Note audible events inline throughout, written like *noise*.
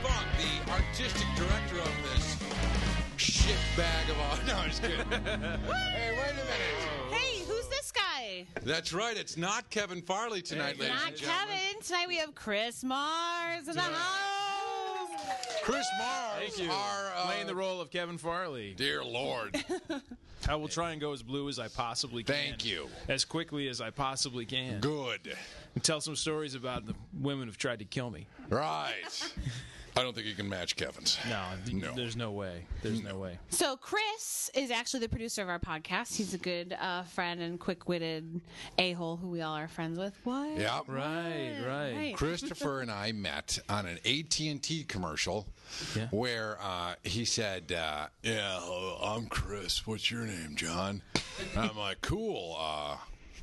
*laughs* artistic director of this shit bag of all. *laughs* No, I'm just kidding. hey, wait a minute. Hey, who's this guy? That's right. It's not Kevin Farley tonight, ladies Not and gentlemen. Kevin. Tonight we have Chris Mars in the house. Chris Mars. Thank you. Our, uh, Playing the role of Kevin Farley. Dear Lord. I will try and go as blue as I possibly can. Thank you. As quickly as I possibly can. Good. And tell some stories about the women who've tried to kill me. *laughs* Right. I don't think you can match Kevin's. No, No. there's no way. There's no way. So Chris is actually the producer of our podcast. He's a good uh, friend and quick-witted a-hole who we all are friends with. What? Yeah. *laughs* Right, right. Right. Christopher and I met on an AT and T commercial, Yeah. where uh, he said, uh, "Yeah, hello, I'm Chris. What's your name, John?" I'm like, "Cool." Uh,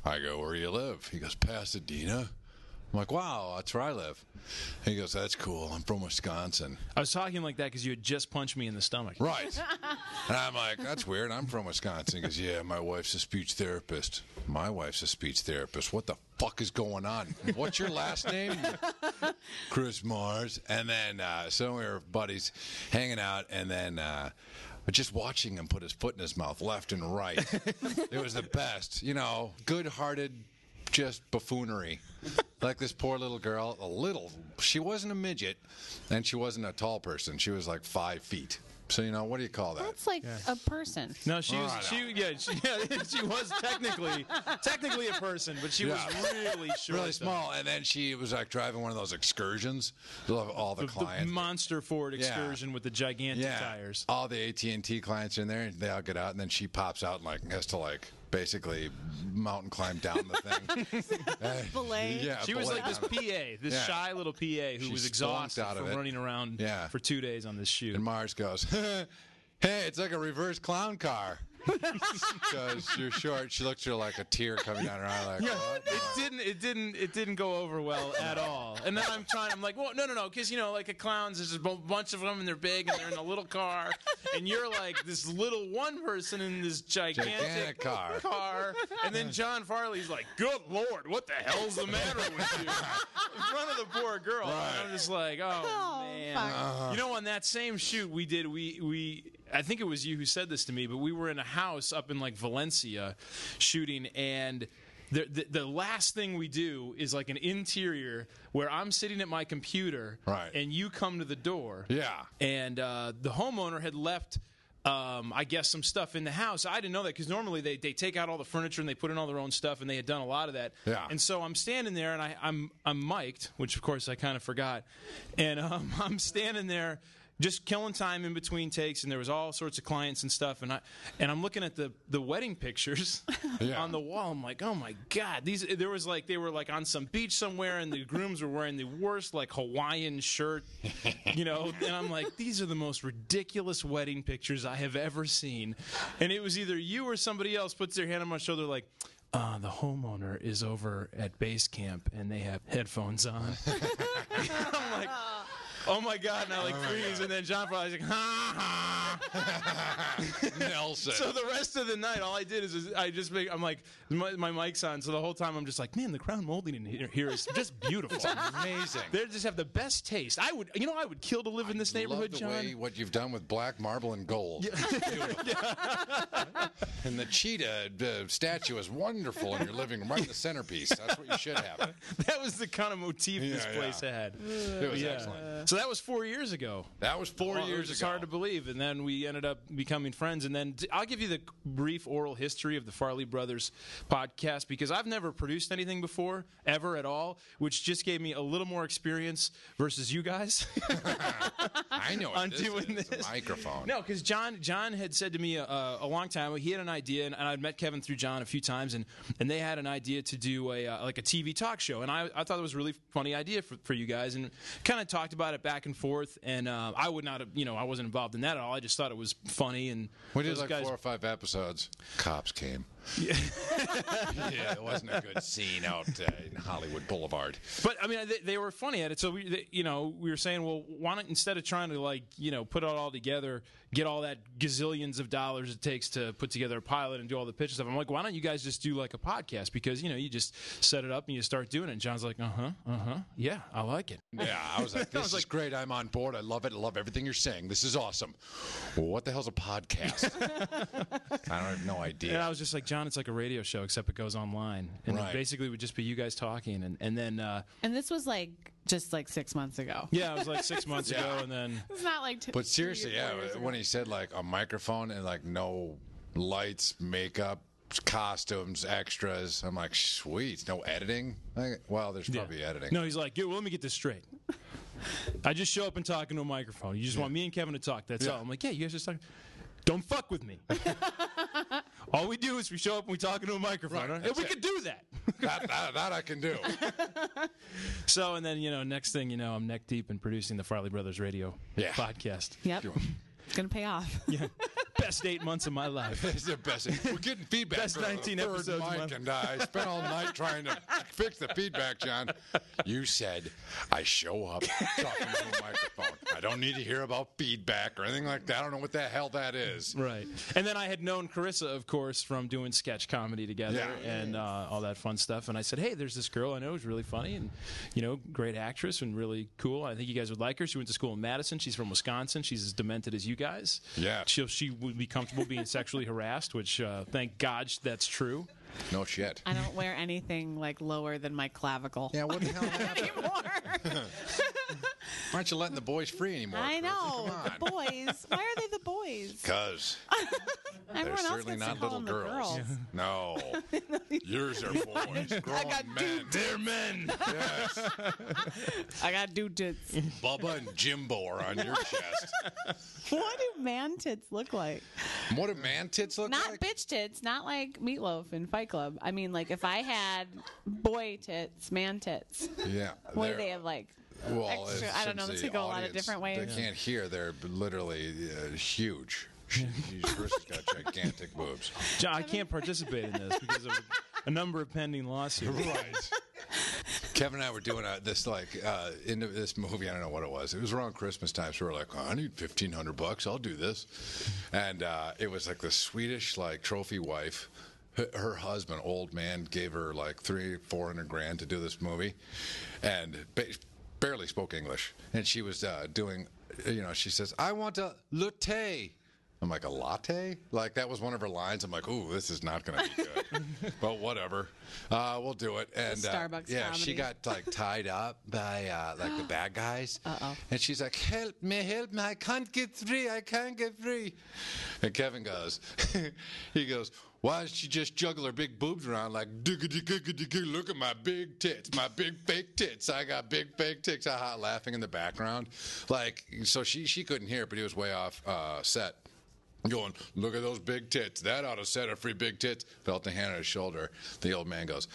I go, "Where you live?" He goes, "Pasadena." I'm like, "Wow, that's where I live." He goes, "That's cool. I'm from Wisconsin." I was talking like that because you had just punched me in the stomach. Right. And I'm like, that's weird. I'm from Wisconsin. Because, yeah, my wife's a speech therapist. My wife's a speech therapist. What the fuck is going on? What's your last name? Chris Mars. And then, uh, so we were buddies hanging out, and then. Uh, just watching him put his foot in his mouth left and right. it was the best. You know, good hearted, just buffoonery. Like this poor little girl, a little, she wasn't a midget and she wasn't a tall person. She was like five feet. So, you know, what do you call that? That's like a person. No, she was Alright. she yeah, she, *laughs* yeah, she was technically technically a person, but she was Yeah. really short. really though. small. And then she was like driving one of those excursions. Love all the, The, the clients. monster Ford excursion with the gigantic yeah, tires. all the AT and T clients in there, and they all get out, and then she pops out and like has to like basically mountain climb down the thing. *laughs* Uh, Belay. yeah, She was belay like this down it. *laughs* PA, this Yeah. shy little PA who She was splunked exhausted out of from it. running around Yeah. for two days on this shoot. And Mars goes, *laughs* "Hey, it's like a reverse clown car." *laughs* Because you're short, she looked at her like a tear coming down her eye. Like, *laughs* Yeah, "What?" it didn't. It didn't. It didn't go over well at all. And then I'm trying. I'm like, well, no, no, no, because you know, like a clowns, there's a bu- bunch of them, and they're big, and they're in a *laughs* little car, and you're like this little one person in this gigantic, Gigantic car. *laughs* car. And then John Farley's like, "Good lord, what the hell's the *laughs* matter with you?" In front of the poor girl. And I'm just like, oh, Oh, man. fuck. Uh-huh. You know, on that same shoot we did, we we I think it was you who said this to me, but we were in a house up in like Valencia shooting and the, the, the last thing we do is like an interior where I'm sitting at my computer Right. and you come to the door. Yeah. And uh, the homeowner had left, um, I guess, some stuff in the house. I didn't know that because normally they, they take out all the furniture and they put in all their own stuff, and they had done a lot of that. Yeah. And so I'm standing there, and I, I'm I'm mic'd, which of course I kind of forgot, and um, *laughs* I'm standing there. Just killing time in between takes, and there was all sorts of clients and stuff, and I and I'm looking at the the wedding pictures Yeah. on the wall. I'm like, oh my god, these there was like they were like on some beach somewhere, and the grooms were wearing the worst like Hawaiian shirt, you know. And I'm like, these are the most ridiculous wedding pictures I have ever seen. And it was either you or somebody else puts their hand on my shoulder, like. Uh, the homeowner is over at base camp and they have headphones on. *laughs* I'm like, oh my god! And I like freeze, and then John Fry's like, ha ha. *laughs* Nelson. So the rest of the night, all I did is, is I just make, I'm like, my, my mic's on. So the whole time, I'm just like, man, the ground molding in here, here is just beautiful. Amazing. *laughs* they just have the best taste. I would, you know, I would kill to live in this Love neighborhood, the John. way what you've done with black marble and gold. Beautiful. And the cheetah uh, statue is wonderful in your living room, right in the centerpiece. That's what you should have. *laughs* That was the kind of motif this Yeah, place yeah. had. It was Yeah. excellent. So that was four years ago. That was four Well, it years was just ago. hard to believe. And then we ended up becoming friends. And then t- I'll give you the brief oral history of the Farley Brothers podcast because I've never produced anything before, ever at all, which just gave me a little more experience versus you guys. *laughs* I know what on this doing is. this. A microphone. No, because John John had said to me uh, a long time ago, he had an idea, and, and I'd met Kevin through John a few times, and, and they had an idea to do a uh, like a TV talk show, and I, I thought it was a really funny idea for, for you guys, and kind of talked about it back and forth, and uh, I would not have, you know I wasn't involved in that at all. I just thought it was funny, and We did those like guys- four or five episodes. Cops came. *laughs* yeah, it wasn't a good scene out uh, in Hollywood Boulevard. But I mean, they, they were funny at it. So we, they, you know, we were saying, well, why not instead of trying to like, you know, put it all together, get all that gazillions of dollars it takes to put together a pilot and do all the pitch stuff. I'm like, why don't you guys just do like a podcast? Because you know, you just set it up and you start doing it. And John's like, uh huh, uh huh, yeah, I like it. Yeah, I was like, this is great. I'm on board. I love it. I love everything you're saying. This is awesome. Well, what the hell's a podcast? I don't have no idea. And I was just like, John, it's like a radio show except it goes online, and Right. it basically would just be you guys talking, and and then uh, And this was like just like six months ago. yeah, *laughs* it was like six months Yeah. ago, and then It's not like. T- But three or seriously, four yeah, years ago. when he said like a microphone and like no lights, makeup, costumes, extras, I'm like, sweet, no editing. Like, well, there's probably Yeah. editing. No, he's like, yeah, well, let me get this straight. I just show up and talk into a microphone. You just want me and Kevin to talk. That's Yeah. all. I'm like, yeah, you guys just talk. Don't fuck *laughs* with me. all we do is we show up and we talk into a microphone. Right, and that's we it. could do *laughs* that. that, that, that I can do. so, and then, you know, next thing you know, I'm neck deep in producing the Farley Brothers radio Yeah. podcast. Yep. It's going to *laughs* pay off. Best eight months of my life. It's the best. We're getting feedback. Best for the 19 third episodes a mic, month. and I spent all night trying to fix the feedback, John. You said I show up talking to a microphone. I don't need to hear about feedback or anything like that. I don't know what the hell that is. Right. And then I had known Carissa, of course, from doing sketch comedy together Yeah. and uh, all that fun stuff. And I said, hey, there's this girl I know who's really funny and, you know, great actress and really cool. I think you guys would like her. She went to school in Madison. She's from Wisconsin. She's as demented as you guys. Yeah. She'll, she would be comfortable being sexually harassed, which uh, thank God that's true. No shit. I don't wear anything like lower than my clavicle Yeah, what the *laughs* hell? happened? *laughs* anymore. Aren't you letting the boys free anymore? I Carissa? know. Come on. The boys. Why are they the boys? Because they're Everyone else certainly gets to not little call them the girls. girls. No. *laughs* Yours are boys. Grown men. They're men. Yes. *laughs* I got dude tits. Bubba and Jimbo are on your chest. what do man tits look like? What do man tits look Not like? bitch tits, not like meatloaf and Fight Club. I mean, like if I had boy tits, man tits, yeah. what do they're- they have like? Well, extra- I don't know, since this the could go a lot of audience, different ways. They can't hear. They're literally uh, huge. She, she's Chris's got gigantic boobs. John, I can't participate in this because of a number of pending lawsuits. Right. Kevin and I were doing uh this like uh, into this movie. I don't know what it was. It was around Christmas time, so we were like, oh, "I need fifteen hundred bucks. I'll do this." And uh, it was like the Swedish like trophy wife. Her- Her husband, old man, gave her like three, four hundred grand to do this movie, and ba- barely spoke English. And she was uh, doing, you know, she says, "I want a latte." I'm like, "A latte?" Like that was one of her lines. I'm like, "Ooh, this is not going to be *laughs* good," but whatever, uh, we'll do it. And uh, Starbucks yeah, comedy. she got got like tied up by uh, like the bad guys. Uh-oh. And she's like, "Help me, help me! I can't get free! I can't get free!" And Kevin goes, *laughs* he goes, "Why does she just juggle her big boobs around like "Digga-digga-digga-digga, look at my big tits, my big fake tits? I got big fake tits!" Ha laughing in the background, like so she she couldn't hear, it, but he was way off uh, set. Going, look at those big tits. That ought to set her free. Big tits. Felt a hand on his shoulder. The old man goes,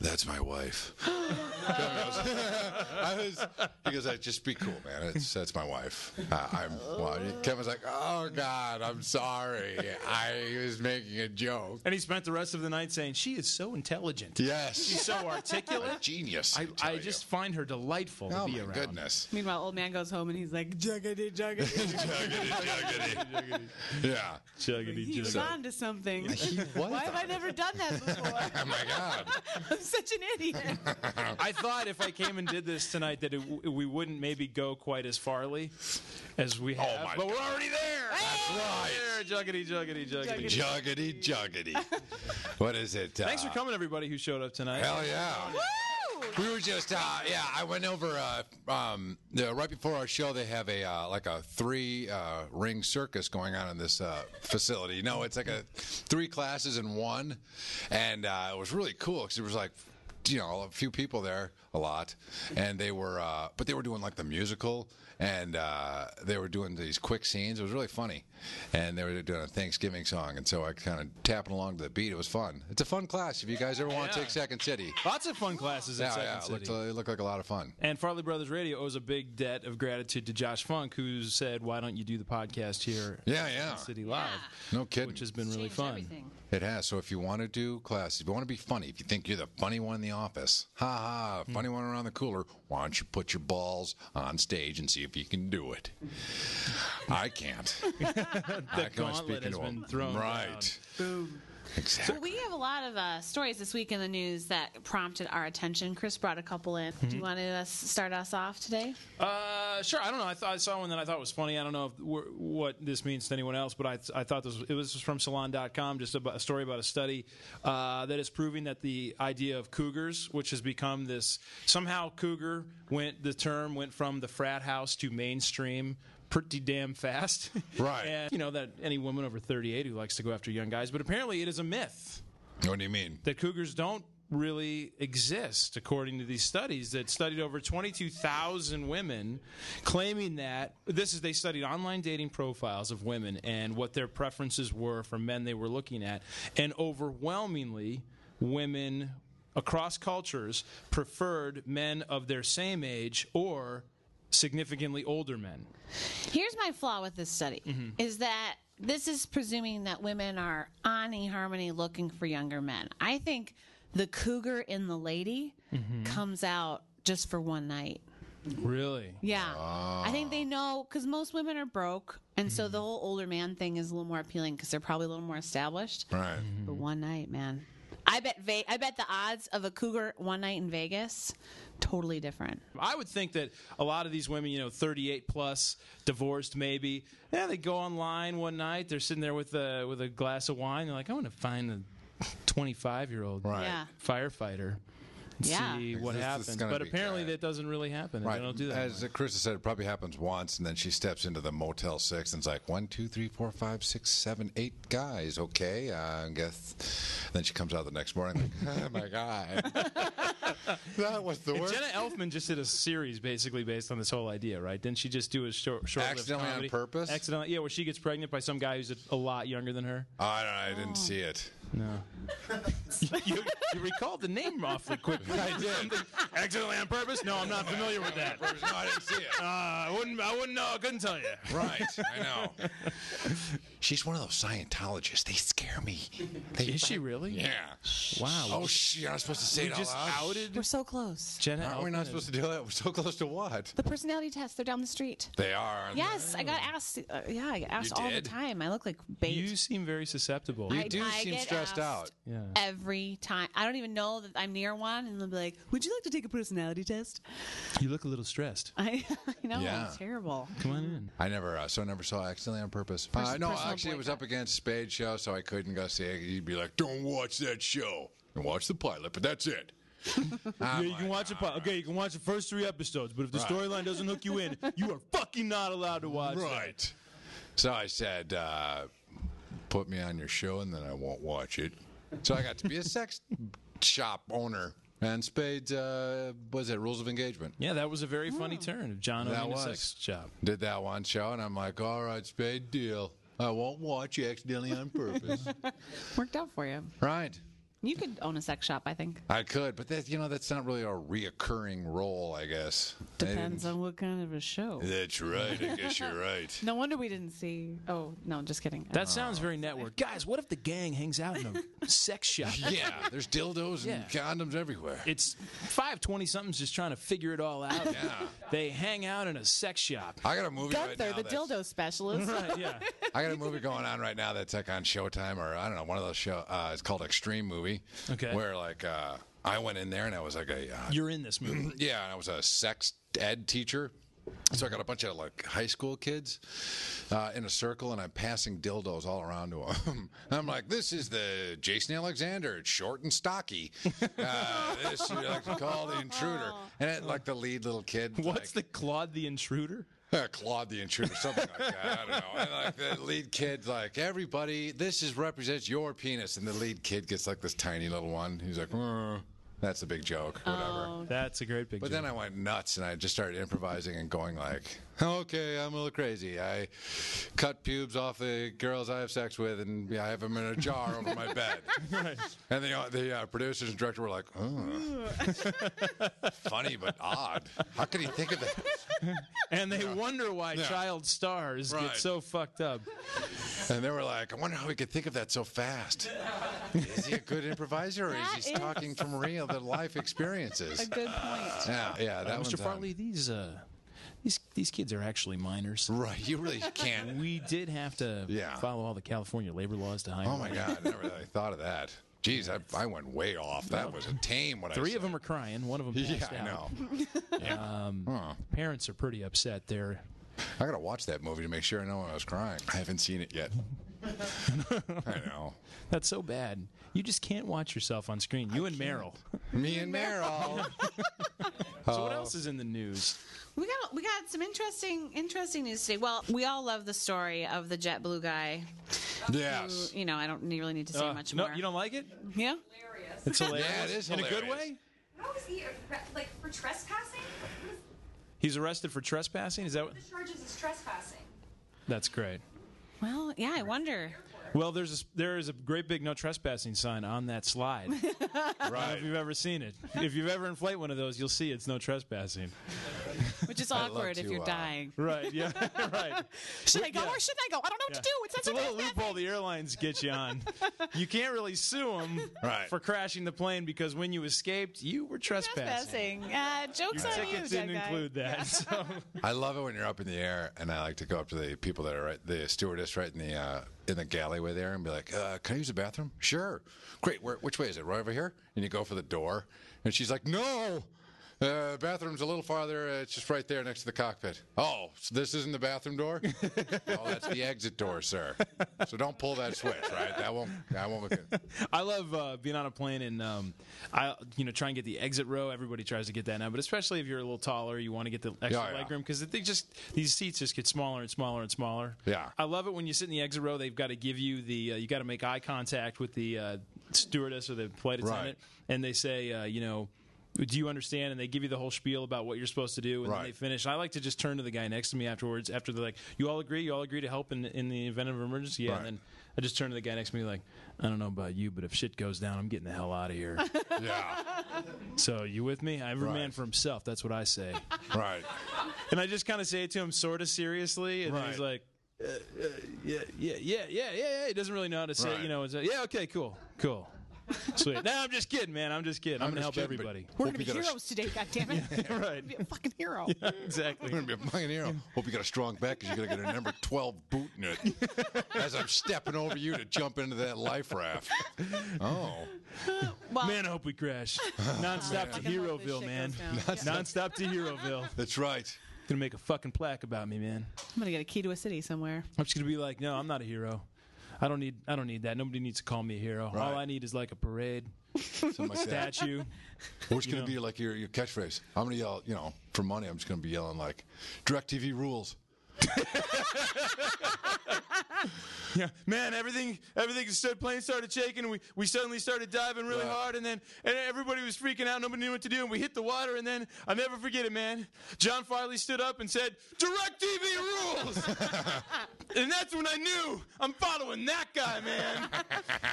"That's my wife." *laughs* I was, he goes, like, just be cool, man. It's, that's my wife. Uh, I'm, well, Kevin's like, oh, God, I'm sorry. I was making a joke. And he spent the rest of the night saying, she is so intelligent. She's Yes. so articulate. Genius. I, tell I you. just find her delightful oh, my to be around. goodness. Meanwhile, old man goes home and he's like, juggity, juggity. Juggity, juggity. yeah. he was on to something. *laughs* Why have I never done that Oh, *laughs* before? my God. I'm such an idiot. I thought if I came and did this tonight that it, we wouldn't maybe go quite as farly as we have. Oh my but we're God. already there. That's right. There, juggity, juggity, juggity. Juggity, juggity. What is it? Uh, Thanks for coming, everybody who showed up tonight. Hell yeah. Woo! We were just uh, yeah. I went over uh, um, the, right before our show. They have a uh, like a three uh, ring circus going on in this uh, facility. No, it's like a three classes in one, and uh, it was really cool because there was like you know a few people there. a lot, and they were, uh, but they were doing like the musical, and uh, they were doing these quick scenes. It was really funny, and they were doing a Thanksgiving song, and so I kind of tapping along to the beat. It was fun. It's a fun class if you guys ever want to Yeah. take Second City. Lots of fun classes at Yeah, Second yeah, uh, it City. looked, it looked like a lot of fun. And Farley Brothers Radio owes a big debt of gratitude to Josh Funk, who said, "Why don't you do the podcast here?" Yeah, at yeah. Second City Live, No kidding. which has been really Changed fun. everything. It has. So if you want to do classes, if you want to be funny, if you think you're the funny one in the office, ha ha, Hmm. funny one around the cooler, why don't you put your balls on stage and see if you can do *laughs* it? I can't. I can only speak gauntlet has into 'em. been thrown Right. Exactly. Well, we have a lot of uh, stories this week in the news that prompted our attention. Chris brought a couple in. Do Mm-hmm. you want to uh, start us off today? Uh, sure. I don't know. I, thought, I saw one that I thought was funny. I don't know if, wh- what this means to anyone else, but I, I thought this was, it was from Salon.com, just about, a story about a study uh, that is proving that the idea of cougars, which has become this somehow cougar went the term went from the frat house to mainstream pretty damn fast. Right. *laughs* and you know that any woman over 38 who likes to go after young guys, but apparently it is a myth What do you mean? that cougars don't really exist according to these studies that studied over 22,000 women claiming that this is they studied online dating profiles of women and what their preferences were for men they were looking at and overwhelmingly women across cultures preferred men of their same age or significantly older men Here's my flaw with this study: is that this is presuming that women are on eHarmony looking for younger men. I think the cougar in the lady comes out just for one night. really Yeah. I think they know because most women are broke. And so the whole older man thing is a little more appealing because they're probably a little more established. Right. But one night, man. I bet Ve- I bet the odds of a cougar one night in Vegas totally different. I would think that a lot of these women, you know, 38 plus, divorced maybe, yeah, they go online one night, they're sitting there with a with a glass of wine, they're like, I want to find a 25 year old Right. Yeah. firefighter. And Yeah. See what This is happens, gonna but be apparently bad. that doesn't really happen. Right. They don't do that. As Chris said, it probably happens once, and then she steps into the Motel 6 and it's like, one, two, three, four, five, six, seven, eight guys. Okay, uh, I guess. Then she comes out the next morning like, *laughs* oh my God. that was the worst. Jenna Elfman just did a series basically based on this whole idea, right? Didn't she just do a short, short-lived Accidentally on comedy? purpose? Accidentally, yeah, where she gets pregnant by some guy who's a, a lot younger than her. I, don't- I didn't see *laughs* it. you, you recalled the name awfully quickly. *laughs* I did. Accidentally on purpose? No, I'm not familiar with that. Uh, No, I didn't see it. I wouldn't. I wouldn't know. I couldn't tell you. Right, I know. She's one of those Scientologists. They scare me. They, Is she really? *laughs* Yeah. Wow. Oh, shit! You're not supposed to say we it out just loud. outed We're so close. Jenna. Aren't we Elfman not as- supposed to do that? We're so close to what? The personality test, they're down the street. They are. Yes, I got asked. Uh, yeah, I get asked all the did? time. I look like bait. You seem very susceptible. You I- do I seem get stressed out. asked. yeah. Every time, I don't even know that I'm near one, and they'll be like, "Would you like to take a personality test?" *laughs* You look a little stressed. I, I know Yeah. it's terrible. Come on in. I never, uh, so I never saw accidentally on purpose. Uh, no, personal actually, it was boycott. up against Spade show, so I couldn't go see it. He'd be like, "Don't watch that show and watch the pilot," but that's *laughs* it. Yeah, you can watch it. Okay, you can watch the first three episodes, but if the Right. storyline doesn't hook you in, you are fucking not allowed to watch. that. Right. So I said, uh, "Put me on your show, and then I won't watch it." So I got to be a sex *laughs* shop owner. And Spades, uh, was it Rules of Engagement? Yeah, that was a very funny turn of John That owning a was. sex shop. Did that one show, and I'm like, "All right, Spade, deal. I won't watch you accidentally on *laughs* purpose." Worked out for you. right. You could own a sex shop, I think. I could, but that you know that's not really a reoccurring role, I guess. They Depends on what kind of a show. didn't- That's right. I guess you're right. *laughs* No wonder we didn't see. Oh no, just kidding. That sounds very network. Guys, what if the gang hangs out in *laughs* a sex shop? Yeah, there's dildos and Yeah. condoms everywhere. It's five twenty somethings just trying to figure it all out. Yeah. They hang out in a sex shop. I got a movie right Gunther, now. the that's- dildo specialist. *laughs* Right, yeah. I got a movie going on right now that's like on Showtime or I don't know one of those show. Uh, it's called Extreme Movie. Okay. Where like uh, I went in there and I was like a uh, You're in this movie. *clears throat* Yeah, and I was a sex ed teacher. So I got a bunch of like high school kids uh, in a circle, and I'm passing dildos all around to them. *laughs* I'm like, "This is the Jason Alexander. It's short and stocky. Uh, this you like to call the intruder." And it, like the lead little kid, What's the Claude the Intruder? uh, Claude the Intruder, something like that. I don't know. And like the lead kid, like everybody, this is represents your penis, and the lead kid gets like this tiny little one. He's like, "Uh, That's the big joke. Whatever. That's a great picture. But then I went nuts and I just started improvising and going like, okay, I'm a little crazy. I cut pubes off the girls I have sex with and yeah, I have them in a jar over my bed. And the, uh, the uh, producers and director were like, oh. funny but odd. How could he think of that? and they wonder why child stars Right. get so fucked up. And they were like, I wonder how he could think of that so fast. Is he a good improviser or is That he is- talking from real the life *laughs* A experiences? good point. Yeah, yeah, that one's um, Mr. on. Farley, these uh, these these kids are actually minors. Right, you really can't. We did have to Yeah. follow all the California labor laws to hire. Oh my God! I never really thought of that. Jeez, I, I went way off. That was a tame. What I Three said. of them are crying. One of them *laughs* Yeah, passed I out. know. *laughs* Um, Parents are pretty upset. They're I gotta watch that movie to make sure I know when I was crying. I haven't seen it *laughs* yet. I know. that's so bad. You just can't watch yourself on screen. You and Meryl. Me and Meryl. So what else is in the news? We got we got some interesting interesting news today. Well, we all love the story of the JetBlue guy. yes. You know, I don't really need to say Uh, much no, more. you don't like it? Yeah. *laughs* hilarious. It's hilarious. Yeah, it is in a good hilarious. way. How is he arre- like for trespassing? What is He's arrested for trespassing. Is that what? the charges is trespassing? That's great. Well, yeah. I wonder. Well, there's a, s- there is a great big no trespassing sign on that slide. Right. if you've ever seen it, if you've ever inflate one of those, you'll see it's no trespassing. Which is I'd love awkward if to, you're uh, *laughs* dying. Right. Yeah. right. Should I go yeah. or shouldn't I go? I don't know what to do. It's, It's a little loophole the airlines get you on. You can't really sue them Right. for crashing the plane because when you escaped, you were trespassing. trespassing. Uh, jokes Your on you, ticket dead didn't guy. include that. So I love it when you're up in the air, and I like to go up to the people that are right, the stewardess right in the uh, in the galleyway there, and be like, uh, "Can I use the bathroom?" Sure. Great. Where, which way is it? Right over here. And you go for the door, and she's like, "No." Uh, bathroom's a little farther. Uh, it's just right there next to the cockpit. Oh, so this isn't the bathroom door? oh, that's the exit door, sir. So don't pull that switch, right? That won't. That won't look good. I love uh, being on a plane and um, I you know try and get the exit row. Everybody tries to get that now, but especially if you're a little taller, you want to get the extra Yeah, yeah. leg room because they just these seats just get smaller and smaller and smaller. Yeah. I love it when you sit in the exit row. They've got to give you the uh, you got to make eye contact with the uh, stewardess or the flight Right. attendant, and they say uh, you know. Do you understand? And they give you the whole spiel about what you're supposed to do, and Right. then they finish. I like to just turn to the guy next to me afterwards. After they're like, "You all agree? You all agree to help in, in the event of an emergency?" Yeah, Right. and then I just turned to the guy next to me like, I don't know about you, but if shit goes down, I'm getting the hell out of *laughs* here. Yeah. so you with me? Every man Right. for himself. That's what *laughs* I say. Right. and I just kind of say it to him sort of seriously, and then he's Right. like, uh, uh, yeah, yeah, yeah, yeah, yeah, yeah. He doesn't really know how to say, it, Right. you know. It's like, yeah, okay, cool, cool, sweet. no, I'm just kidding, man. I'm just kidding. I'm, I'm gonna help just kidding, but- everybody. We're Hope gonna you be got a- heroes *laughs* today. God damn it. *laughs* right. Be a fucking hero. Exactly. I'm gonna be a pioneer. Hope you got a strong back because you're gonna get a number twelve boot in *laughs* it as I'm stepping over you to jump into that life raft. Oh, Well, Man, I hope we *laughs* crash. Nonstop to fucking hope this Heroville, shit man. goes down. Yeah. Nonstop *laughs* to Heroville. that's right. Gonna make a fucking plaque about me, man. I'm gonna get a key to a city somewhere. I'm just gonna be like, no, I'm not a hero. I don't need. I don't need that. Nobody needs to call me a hero. Right. All I need is like a parade, Something like that. *laughs* statue. Or it's gonna know. be like your your catchphrase. I'm gonna yell, you know, for money. I'm just gonna be yelling like, "DirecTV rules." yeah, man, everything, everything stood plane started shaking. We we suddenly started diving really Right. hard, and then and everybody was freaking out. Nobody knew what to do, and we hit the water. And then I never forget it, man. John Farley stood up and said, "Direct TV rules," *laughs* and that's when I knew I'm following that guy, man.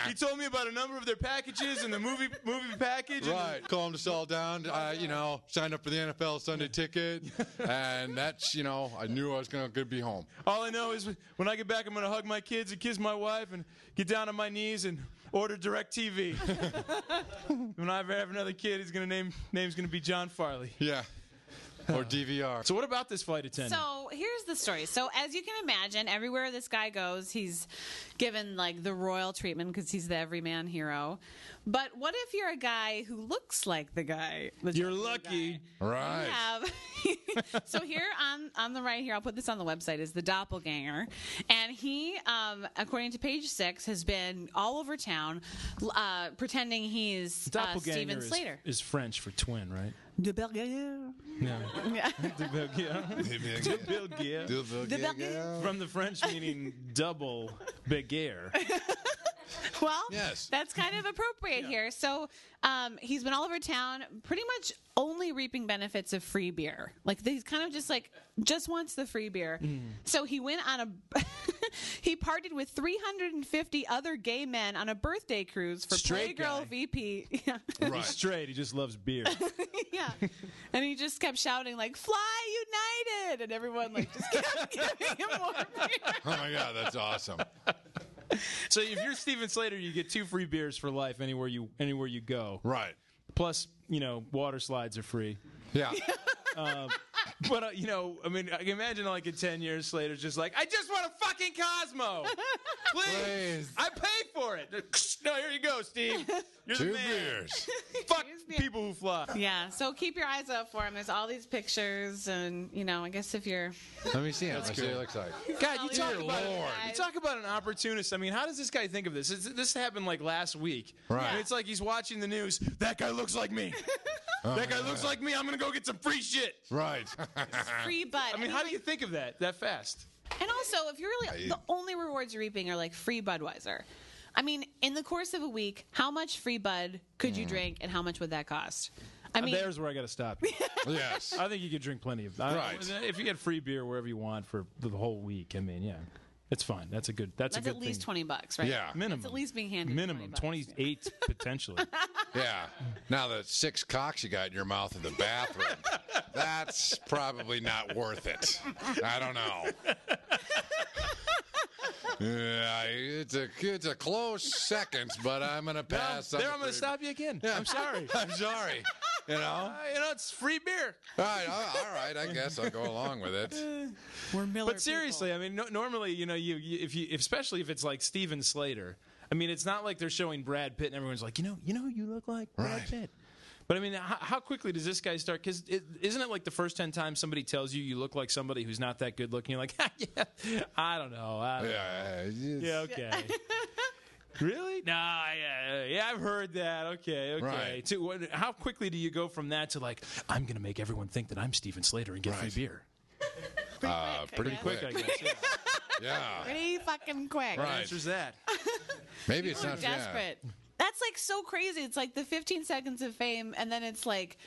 he told me about a number of their packages and the movie movie package. and- Right. Calmed us all down. I, you know, signed up for the NFL Sunday ticket, and that's, you know, I knew I was gonna gonna be home. All I know is when I get back, I'm going to hug my kids and kiss my wife and get down on my knees and order direct TV. *laughs* when I ever have another kid, he's going to name name's going to be John Farley. Yeah. Or DVR. So what about this flight attendant? So here's the story. So as you can imagine, everywhere this guy goes, he's given like the royal treatment because he's the everyman hero. But what if you're a guy who looks like the guy? the You're Japanese lucky. guy? right. have- *laughs* so here on on the right here, I'll put this on the website is the doppelganger, and he, um, according to Page Six, has been all over town l- uh, pretending he's uh, Doppelganger Steven is- Slater. Is, French for twin, right? Doppelganger. No. *laughs* Yeah. Doppelganger. *laughs* Doppelganger. Doppelganger. From the French meaning double begaire. Well, Yes. that's kind of appropriate here. So um, he's been all over town, pretty much only reaping benefits of free beer. Like he's kind of just like just wants the free beer. So he went on a *laughs* he partied with 350 other gay men on a birthday cruise for Straight Playgirl guy. VP. *laughs* Yeah. Right. Straight. He just loves beer. yeah. And he just kept shouting like "Fly United!" and everyone like just kept *laughs* giving him more beer. *laughs* Oh my god, that's awesome. so if you're Steven Slater, you get two free beers for life anywhere you anywhere you go. Right. Plus, you know, water slides are free. *laughs* Yeah. But uh, you know, I mean, I can imagine like in ten years Slater's just like, I just want a fucking *laughs* Cosmo, please. Please. I pay for it. *laughs* No, here you go, Steve. You're Two the man. beers. Fuck Here's the- people who fly. Yeah, so keep your eyes out for him. There's all these pictures, and you know, I guess if you're Let me see him. Let's see what it looks like. God, you talk Dear about Lord. you talk about an opportunist. I mean, how does this guy think of this? It's, this happened like last week. Right. And it's like he's watching the news. That guy looks *laughs* like me. Oh, that guy looks like me. I'm gonna go get some free shit. Right. *laughs* Ah. free butt. I mean, how do you think of that that fast? And also, if you're really the only rewards you're reaping are like free Budweiser. I mean, in the course of a week, how much free Bud could Mm. you drink, and how much would that cost? I mean, Uh, There's where I *laughs* gotta stop. yes. I think you could drink plenty of. I- Right. if you get free beer wherever you want for the whole week, I mean, yeah, it's fine. That's a good. That's, that's a good at least thing. twenty bucks, right? Yeah. minimum. It's at least being handed minimum 20 bucks. 28 *laughs* potentially. Yeah. Now the six cocks you got in your mouth in the bathroom, that's probably not worth it. I don't know. Yeah, it's a it's a close second, but I'm gonna pass. on there, the I'm gonna third. stop you again. I'm sorry. I'm sorry. You know. Uh, *laughs* you know, it's free beer. All right. All all right. I guess I'll go along with it. We're Miller But seriously, I mean, no, normally, you know, you, you if you especially if it's like Steven Slater. I mean, it's not like they're showing Brad Pitt and everyone's like, you know, you know, who you look like Brad Right. Pitt. But I mean, how, how quickly does this guy start? Because is isn't it like the first ten times somebody tells you you look like somebody who's not that good looking? You're like, *laughs* "Ah, yeah, I don't know. I don't Yeah. it's- Yeah, okay. really? Nah, yeah, yeah, I've heard that. Okay, okay. Right. To, what, how quickly do you go from that to like, I'm going to make everyone think that I'm Steven Slater and get Right. free beer? uh, pretty quick. *laughs* Quick, I guess. Yeah. Yeah. pretty fucking *laughs* quick. Right. Answers that. Maybe it's People are not yeah. desperate. That's like so crazy. It's like the 15 seconds of fame, and then it's like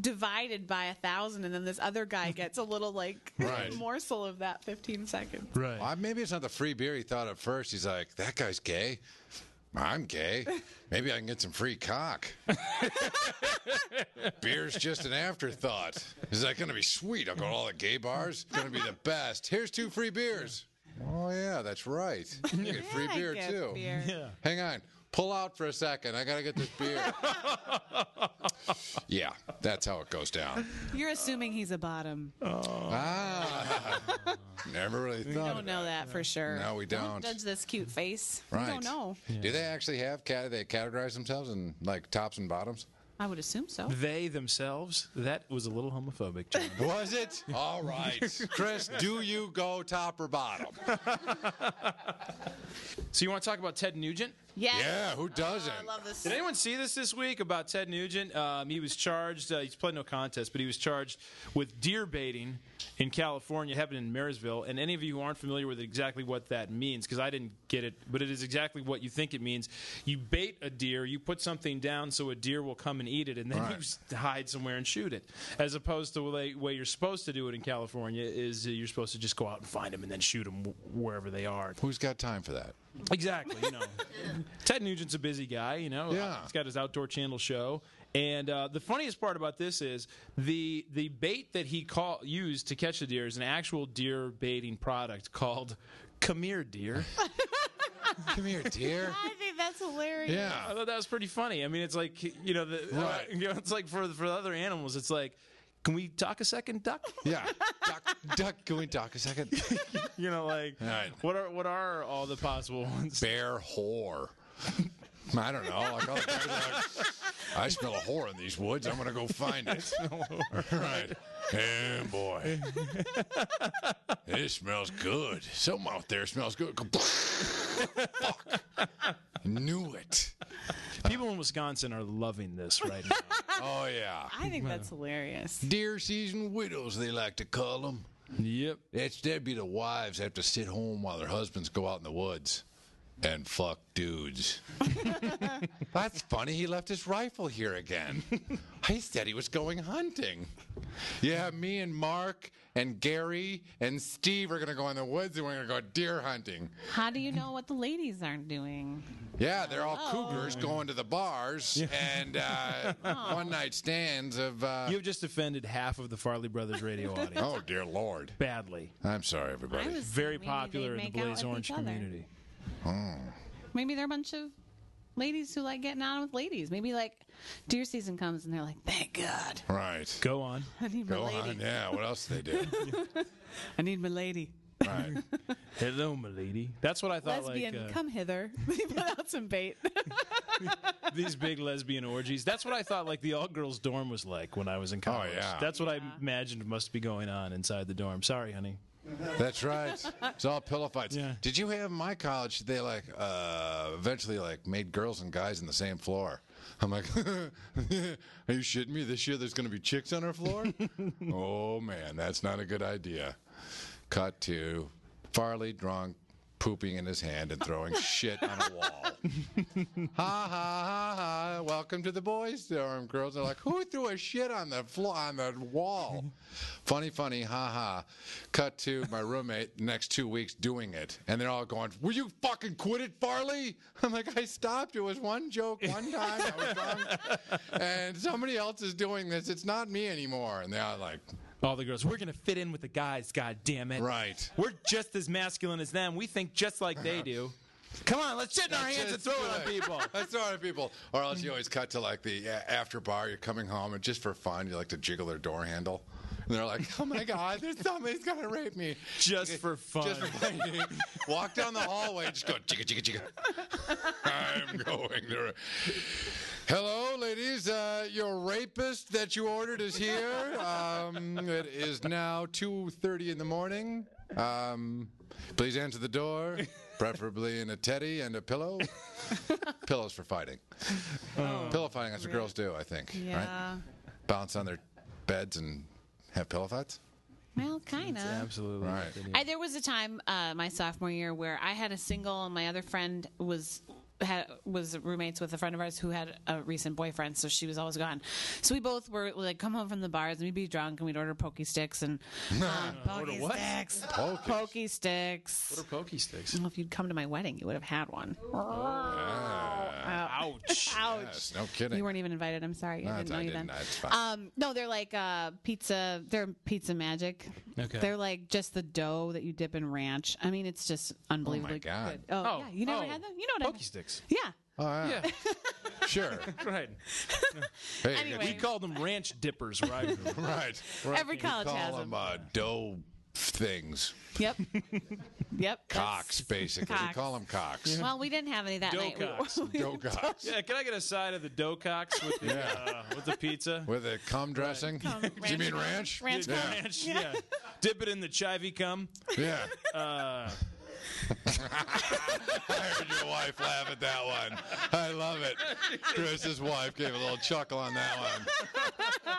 divided by a thousand, and then this other guy *laughs* gets a little like Right. *laughs* morsel of that 15 seconds. Right. Well, Uh, maybe it's not the free beer he thought at first. He's like, that guy's gay. I'm *laughs* gay. Maybe I can get some free cock. Beer's just an afterthought. Is that going to be sweet? I'll go to all the gay bars. It's going to be *laughs* the best. Here's two free beers. Oh, yeah, that's *laughs* right. You get free I beer, get too. beer. Hang on. Pull out for a second. I got to get this beer. *laughs* yeah, that's how it goes down. You're assuming he's a bottom. Oh, *laughs* Ah. Never really thought. We of don't know that for sure. No, we don't. Judge this cute face. We Right. don't know. Do they actually have cat? They categorize themselves in like tops and bottoms. I would assume so. They themselves. That was a little homophobic, John. Was it? All right, *laughs* Chris. Do you go top or bottom? so you want to talk about Ted Nugent? Yes. Yeah. Who doesn't? I love this. Did anyone see this this week about Ted Nugent? Um, he was charged. Uh, he's pled no contest, but he was charged with deer baiting in California. Happened in Marysville. And any of you who aren't familiar with exactly what that means, because I didn't get it, but it is exactly what you think it means. You bait a deer. You put something down so a deer will come and eat it, and then Right. you s- hide somewhere and shoot it. As opposed to the way, way you're supposed to do it in California is uh, you're supposed to just go out and find them and then shoot them wherever they are. Who's got time for that? Exactly. You *laughs* know, Ted Nugent's a busy guy. You know, Yeah. he's got his outdoor channel show. And uh, the funniest part about this is the the bait that he call, used to catch the deer is an actual deer baiting product called "Come here, *laughs* deer." Come here, dear. I think that's hilarious. I Yeah. thought that was pretty funny. I mean, it's like you know, the, uh, Right. you know, it's like for for the other animals, it's like, can we talk a second, duck? *laughs* Yeah. Duck. Duck. Can we talk a second? You know, like Right. what are what are all the possible *laughs* ones? Bear whore. I don't know. Like all the guys are like, I smell a whore in these woods. I'm gonna go find it. right. And boy, this smells good. Something out there smells good. *laughs* Fuck. Knew it. People in Wisconsin are loving this right now. *laughs* Oh yeah. I think that's hilarious. Deer season widows, they like to call them. yep. That's that'd be the wives that have to sit home while their husbands go out in the woods. and fuck dudes. *laughs* That's funny. He left his rifle here *laughs* again. I said he was going hunting. Yeah, me and Mark and Gary and Steve are going to go in the woods and we're going to go deer hunting. How do you know what the ladies aren't doing? Yeah, they're all cougars Oh. going to the bars and *laughs* uh, one night stands of. Uh, You've just offended half of the Farley Brothers radio audience oh, dear Lord. badly. I'm sorry, everybody. I was Very maybe popular they in the make out Blaze with Orange each other. community. Maybe they're a bunch of ladies who like getting on with ladies. Maybe like deer season comes and they're like, thank God, right. *laughs* Go on. I need my Go lady. on. Yeah, what else they *laughs* do? I need my lady. right. Hello, my lady. That's what I thought. Lesbian, like, uh, come hither. *laughs* They put out some bait. these big lesbian orgies. That's what I thought. Like the all girls dorm was like when I was in college. yeah. That's what I imagined must be going on inside the dorm. Sorry, honey. That's right. It's all pillow fights. Yeah. Did you have in my college? They like uh, eventually like made girls and guys in the same floor. I'm like, *laughs* are you shitting me? This year there's going to be chicks on our floor. oh man, that's not a good idea. Cut to Farley drunk, pooping in his hand and throwing shit on a wall. ha ha ha ha! Welcome to the boys' dorm. Girls are like, who threw a shit on the floor on the wall? funny, funny, ha ha. Cut to my roommate the next two weeks doing it, and they're all going, "Will you fucking quit it, Farley?" I'm like, I stopped. It was one joke, one time. I was drunk, and somebody else is doing this. It's not me anymore. And they're all like, All the girls. We're gonna fit in with the guys. God damn it. right. We're just as masculine as them. We think just like they do. Come on, let's shit in our hands and Just throw it on do people. *laughs* That's throwing people. Or else you always cut to like the uh, after bar. You're coming home, and just for fun, you like to jiggle their door handle. And they're like, "Oh my God, there's somebody's gonna rape me." Just for fun. Just for fun. *laughs* Walk down the hallway, just go jigga jigga jigga. I'm going to. ra- Hello, ladies. Uh, your rapist that you ordered is here. Um, it is now two thirty in the morning. Um, please answer the *laughs* door, preferably in a teddy and a pillow. Pillows for fighting. pillow fighting. That's what girls do, I think. Right? Oh. yeah. Bounce on their beds and have pillow fights. Well, kind of. *laughs* Absolutely. Right. I, there was a time uh, my sophomore year where I had a single, and my other friend was had, was roommates with a friend of ours who had a recent boyfriend, so she was always gone. So we both were like come home from the bars, and we'd be drunk, and we'd order pokey *laughs* sticks and um, pokey what? sticks, Pokies. pokey sticks. What are *laughs* pokey sticks? Well, if you'd come to my wedding, you would have had one. Ouch. Ouch. Yes, no kidding. Oh, You weren't even invited. I'm sorry. I No, didn't know I you didn't. then. It's fine. Um, no, they're like uh, pizza. They're pizza magic. Okay. They're like just the dough that you dip in ranch. I mean, it's just unbelievably God. good. Oh, Oh, yeah. You never oh. had them? You know what I mean? Pokey sticks. Yeah. Oh, yeah. Yeah. *laughs* Sure. Right. Hey, Anyway. We called them ranch dippers, right? *laughs* right. right. Every college call has them, them. uh, dough things, Yep. *laughs* yep. cocks, basically. Cocks. We call them cocks. Well, we didn't have any that Dough night. We- cocks. Dough cocks Yeah, can I get a side of the dough cocks with the, uh, with the pizza? with a cum dressing. Do you ranch mean cum. ranch? Ranch yeah. Ranch, yeah. Dip it in the chivy cum. Yeah. *laughs* I Uh, heard your wife laugh at that one. I love it. Chris's wife gave a little chuckle on that one.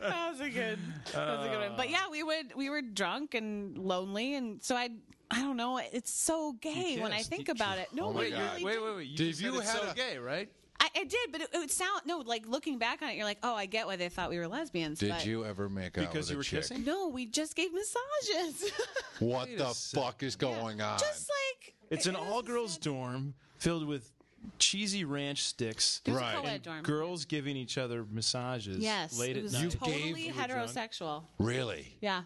*laughs* that was a good that was a good one. But yeah, we would we were drunk and lonely and so I I don't know, it's so gay when I kissed. think You- about it. No, Oh my we God. really wait, did. wait, wait. You Did just said you it's had so a- gay, right? I, I did, but it, it would sound no, like looking back on it, you're like, Oh, I get why they thought we were lesbians. Did but you ever make out Because with you a were chick? kissing? No, we just gave massages. *laughs* What Wait a the sec. fuck is going on? just like It's it an is all-girls dorm filled with cheesy ranch sticks. It was Right. a co-ed And dorm. Girls giving each other massages Yes, late it was at night. totally gave- heterosexual. really? Yeah,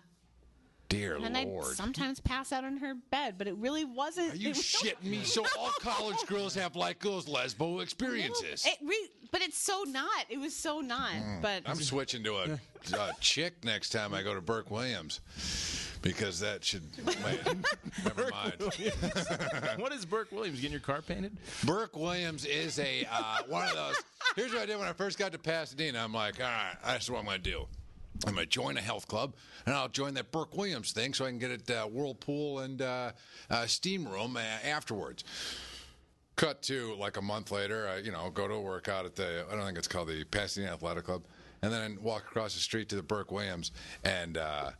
Dear and I Lord. sometimes pass out on her bed, but it really wasn't. Are *laughs* you it was- shitting me? So all college girls have like those lesbo experiences. It re- but it's so not. It was so not. But Mm. I'm switching to a, a chick next time I go to Burke Williams because that should. Man, *laughs* never mind. what is Burke Williams getting your car painted? Burke Williams is a uh, one of those. Here's what I did when I first got to Pasadena. I'm like, all right, that's what I'm going to do. I'm going to join a health club, and I'll join that Burke Williams thing so I can get at uh, Whirlpool and uh, uh, Steam Room uh, afterwards. Cut to like a month later, I, you know, go to a workout at the, I don't think it's called the Pasadena Athletic Club, and then walk across the street to the Burke Williams. And uh,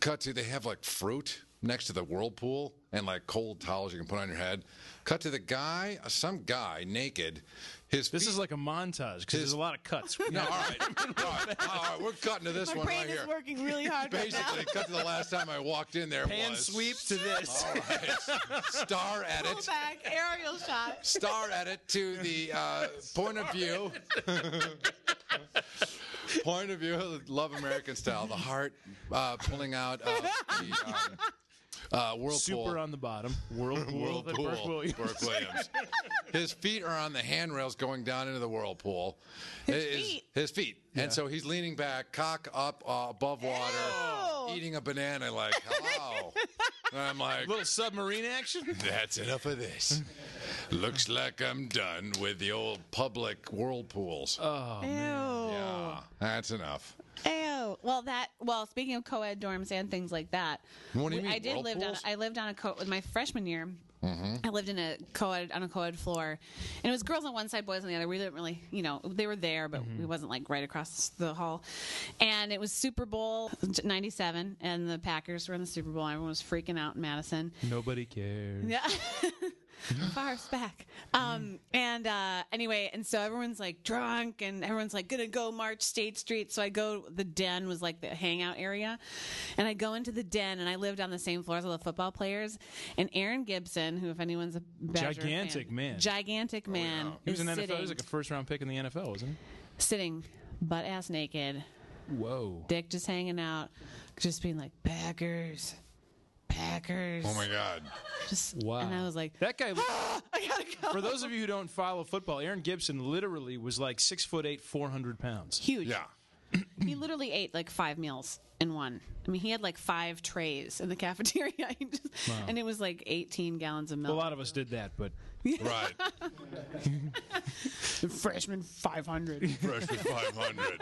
cut to, they have like fruit next to the whirlpool. and like cold towels you can put on your head. Cut to the guy, uh, some guy naked. His This feet- is like a montage because there's a lot of *laughs* cuts. *laughs* no, all right, all right, all right. We're cutting to this My one brain right is here. working really hard right now. Basically, cut to the last time I walked in there Hand was sweep to this. *laughs* All right. Star Pull edit. back, aerial shot. Star edit to the uh, point of view. *laughs* point of view, love American style. The heart uh, pulling out of the uh, uh, whirlpool. Super on the bottom. *laughs* Whirlpool. whirlpool. Burke Williams. Burke Williams. His feet are on the handrails going down into the whirlpool. His feet? His feet. And so he's leaning back, cock up uh, above water, eating a banana. Like, hello. and I'm like, Little submarine action. that's enough of this. *laughs* Looks like I'm done with the old public whirlpools. Oh. Ew. yeah, that's enough. Ew. Well, that. Well, speaking of co-ed dorms and things like that, What do you we- mean, I did live on. whirlpools? Mm-hmm. I lived on a co. With my freshman year, I lived in a co-ed on a co-ed floor, and it was girls on one side, boys on the other. We didn't really, you know, they were there, but we wasn't like right across the hall. And it was Super Bowl '97, and the Packers were in the Super Bowl. Everyone was freaking out in Madison. Nobody cares. Yeah. Far back. Um, and uh, anyway, and so everyone's like drunk and everyone's like gonna go march State Street. So I go the den was like the hangout area. And I go into the den and I lived on the same floors as all the football players. And Aaron Gibson, who if anyone's a Badger Gigantic fan- man. Gigantic man. yeah. Oh, He was is an NFL. sitting, He was like a first round pick in the NFL, wasn't sitting butt ass naked, he? Whoa. dick just hanging out, just being like Packers. Packers. Oh my God. Just- Wow. And I was like, that guy. *laughs* I gotta go. For those of you who don't follow football, Aaron Gibson literally was like six foot eight, four hundred pounds. Huge. *laughs* Yeah. He literally ate like five meals in one. I mean, he had like five trays in the *laughs* cafeteria, He just- and it was like 18 gallons of A milk. lot of us did that, but Right. freshman 500. Fresh with 500.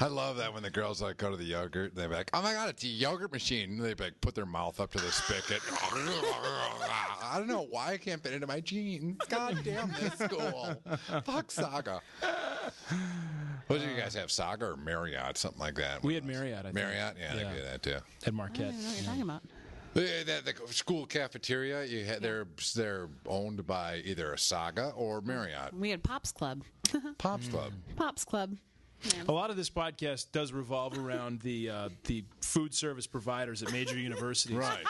I love that when the girls like go to the yogurt, they're like, "Oh my god, it's a yogurt machine!" And they like put their mouth up to the spigot. *laughs* I don't know why I can't fit into my jeans. God damn this school! Fuck Saga. What did you guys have? Saga or Marriott, something like that. We had Marriott, I think. Marriott, yeah, Yeah. they do that too. at I Marquette. don't know what you're talking about. Uh, The, the, the school cafeteria, you had they're they're owned by either a Saga or Marriott. We had Pops Club. Pops Mm. Club. Pops Club. A lot of this podcast does revolve around the uh, the food service providers at major universities. Right.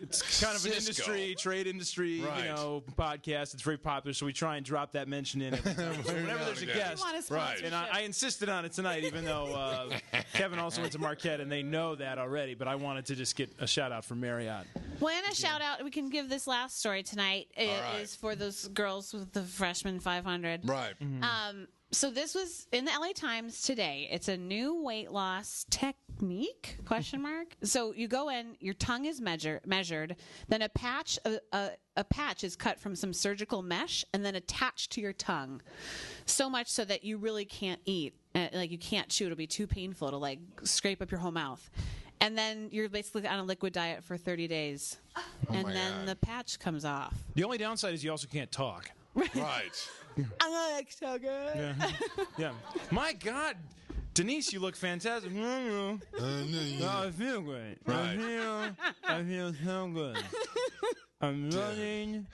It's kind of an Cisco. industry, trade industry, Right. you know, podcast. It's very popular, so we try and drop that mention in. Every time. So Every now *laughs* whenever and there's a again. guest, We want a Right. sponsorship. and I, I insisted on it tonight, even though uh, *laughs* Kevin also went to Marquette, and they know that already. But I wanted to just get a shout out from Marriott. Well, and a shout out, we can give this last story tonight. It All right. is for those girls with the freshman 500. Right. Um, so this was in the LA Times today. It's a new weight loss technique? *laughs* Question mark. So you go in, your tongue is measure, measured, then a patch a, a, a patch is cut from some surgical mesh and then attached to your tongue, so much so that you really can't eat. Uh, like you can't chew; it'll be too painful to like scrape up your whole mouth. And then you're basically on a liquid diet for 30 days, and Oh my then God. the patch comes off. The only downside is you also *laughs* can't talk. Right. I'm like so good. Yeah. My God, Denise, you look fantastic. Mm, mm. Uh, Oh, I feel great. Right. I feel, I feel so good. I'm running.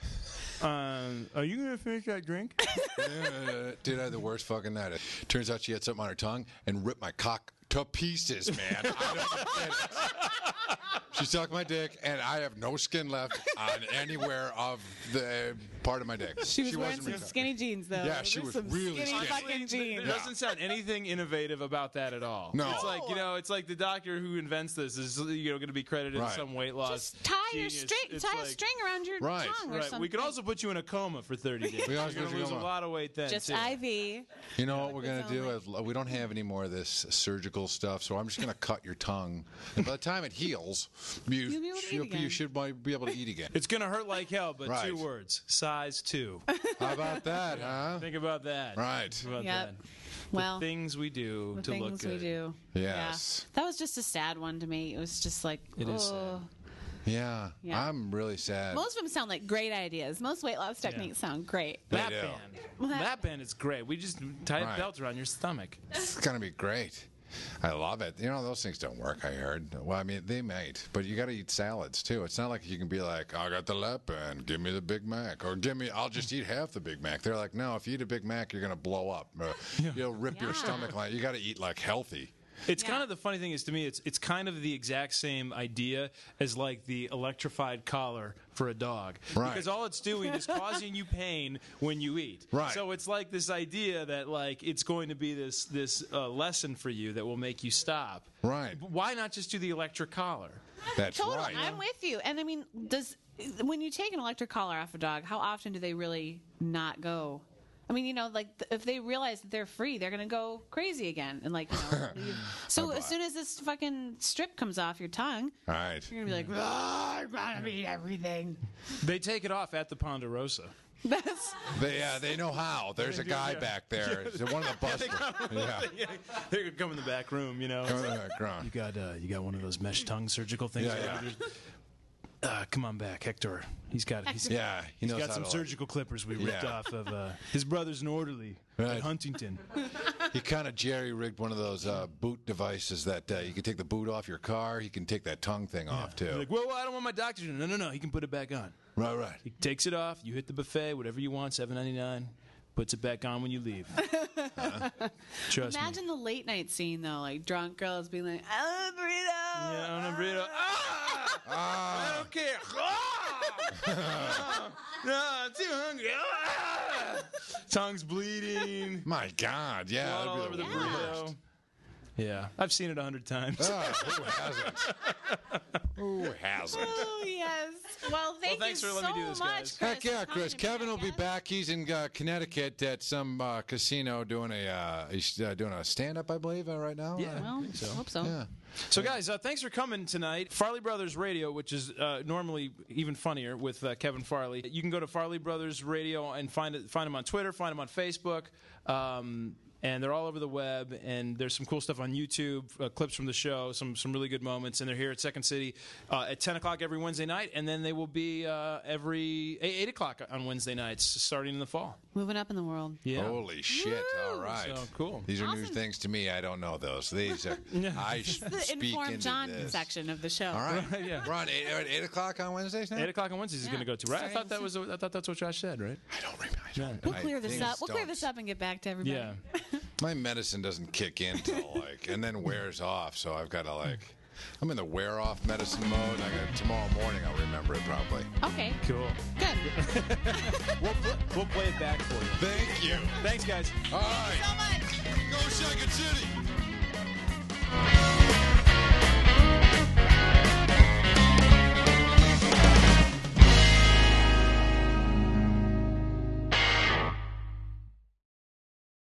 Um, are you gonna finish that drink? Dude, I had the worst fucking night. Turns out she had something on her tongue and ripped my cock to pieces, man. I don't get it. She sucked my dick, and I have no skin left on anywhere of the part of my dick. She was wearing wasn't some retarded. skinny jeans though. Yeah, she was There's some really skinny skinny. fucking There jeans. doesn't sound anything innovative about that at all. No. It's like you know, it's like the doctor who invents this is you know going to be credited Right. with some weight loss. Just tie your genius. string, It's tie a like- string around your Right. tongue or Right. something. We could also put you in a coma *laughs* for thirty days. We You're also going put to you in lose a a coma. lot of weight then. just too. IV. You know what we're gonna only. do? Is, uh, we don't have any more of this surgical stuff, so I'm just gonna cut your tongue. And by the time it heals, you You'll be able to eat you'll- again. you should might be able to eat again. It's gonna hurt like hell, but Right. two words: size *laughs* two. How about that, huh? Think about that. Right. Think about Yep. that. Well, Things we do the to look things good. we do. Yes. Yeah. That was just a sad one to me. It was just like It oh. is sad. Yeah. Yeah. I'm really sad. Most of them sound like great ideas. Most weight loss techniques sound great. They Lap do. band. Lap band is great. We just tie Right. a belt around your stomach. It's gonna be great. I love it. You know, those things don't work, I heard. Well, I mean, they might, but you got to eat salads too. It's not like you can be like, I got the lap and give me the Big Mac, or give me, I'll just eat half the Big Mac. They're like, no, if you eat a Big Mac, you're going to blow up. Uh, You'll rip your Yeah. stomach. Like, you got to eat like *laughs* healthy. It's Yeah. kind of the funny thing is to me, it's it's kind of the exact same idea as like the electrified collar for a dog, Right. because all it's doing is causing you pain when you eat. Right. So it's like this idea that like it's going to be this this uh, lesson for you that will make you stop. Right. But Why not just do the electric collar? That's Totally, right. I'm with you. And I mean, does when you take an electric collar off a dog, how often do they really not go? I mean, you know, like th- if they realize that they're free, they're gonna go crazy again, and like, you *laughs* know, leave. so as soon as this fucking strip comes off your tongue, All right. you're gonna be like, "Ah, I gotta eat everything. They take it off at the *laughs* Ponderosa. That's They, yeah, they know how. There's a guy back *laughs* there. One of the busters. Yeah. they could come in the back room, you know. Come on, Gronk. You got uh, you got one of those mesh tongue surgical things. Yeah, yeah. Uh, come on back, Hector. He's got he's, Yeah, he knows He's got how some to, like- surgical clippers we ripped Yeah. off of uh, *laughs* his brother's an orderly Right. at Huntington. He kind of jerry rigged one of those uh, boot devices that uh, you can take the boot off your car. He can take that tongue thing off too. They're like, well, well, I don't want my doctor. to-" No, no, no. He can put it back on. right, right. *laughs* He takes it off. You hit the buffet, whatever you want, seven ninety nine. Puts it back on when you leave. Trust me. imagine the late night scene though, like drunk girls being like, "I love burrito." Yeah, on a burrito. Ah! I Ah, don't care. Ah! *laughs* no, I'm too hungry. Ah! Tongue's bleeding. my God, yeah, Blood that'd all be over the worst. burrito. Yeah, I've seen it a hundred *laughs* times. Ah, who hasn't? *laughs* who hasn't? Oh yes. Well, thank thanks you for so letting me do this, much, guys. Chris. Heck yeah, Chris. Kevin will be back. He's in uh, Connecticut at some uh, casino doing a uh, he's uh, doing a stand up, I believe, uh, right now. Yeah. Well, oh, hope so. Uh, yeah. So, guys, uh, thanks for coming tonight. Farley Brothers Radio, which is uh, normally even funnier with uh, Kevin Farley. You can go to Farley Brothers Radio and find it, find them on Twitter, find them on Facebook. Um, and they're all over the web, and there's some cool stuff on YouTube, uh, clips from the show, some some really good moments, and they're here at Second City uh, at 10 o'clock every Wednesday night, and then they will be uh, every 8 o'clock on Wednesday nights, starting in the fall. Moving up in the world. Yeah. Holy shit! All Oh, right, So cool. These are new Awesome. things to me. I don't know those. These *laughs* are I sh- the speak inform into John this. section of the show. All *laughs* right, yeah. We're on eight, at eight o'clock on Wednesdays now. Eight o'clock on Wednesdays is Yeah. going to go to right. I Sorry, thought that I'm was I thought that's what Josh said, right? I don't remember. I don't- We'll I clear this think up. it's We'll clear don't. this up and get back to everybody. Yeah. My medicine doesn't kick in till like, and then wears off. So I've got to like, I'm in the wear off medicine mode. I got tomorrow morning. I'll remember it probably. Okay. Cool. Good. *laughs* We'll, pl- we'll play it back for you. Thank you. Thanks, guys. All right, So much. go Second City.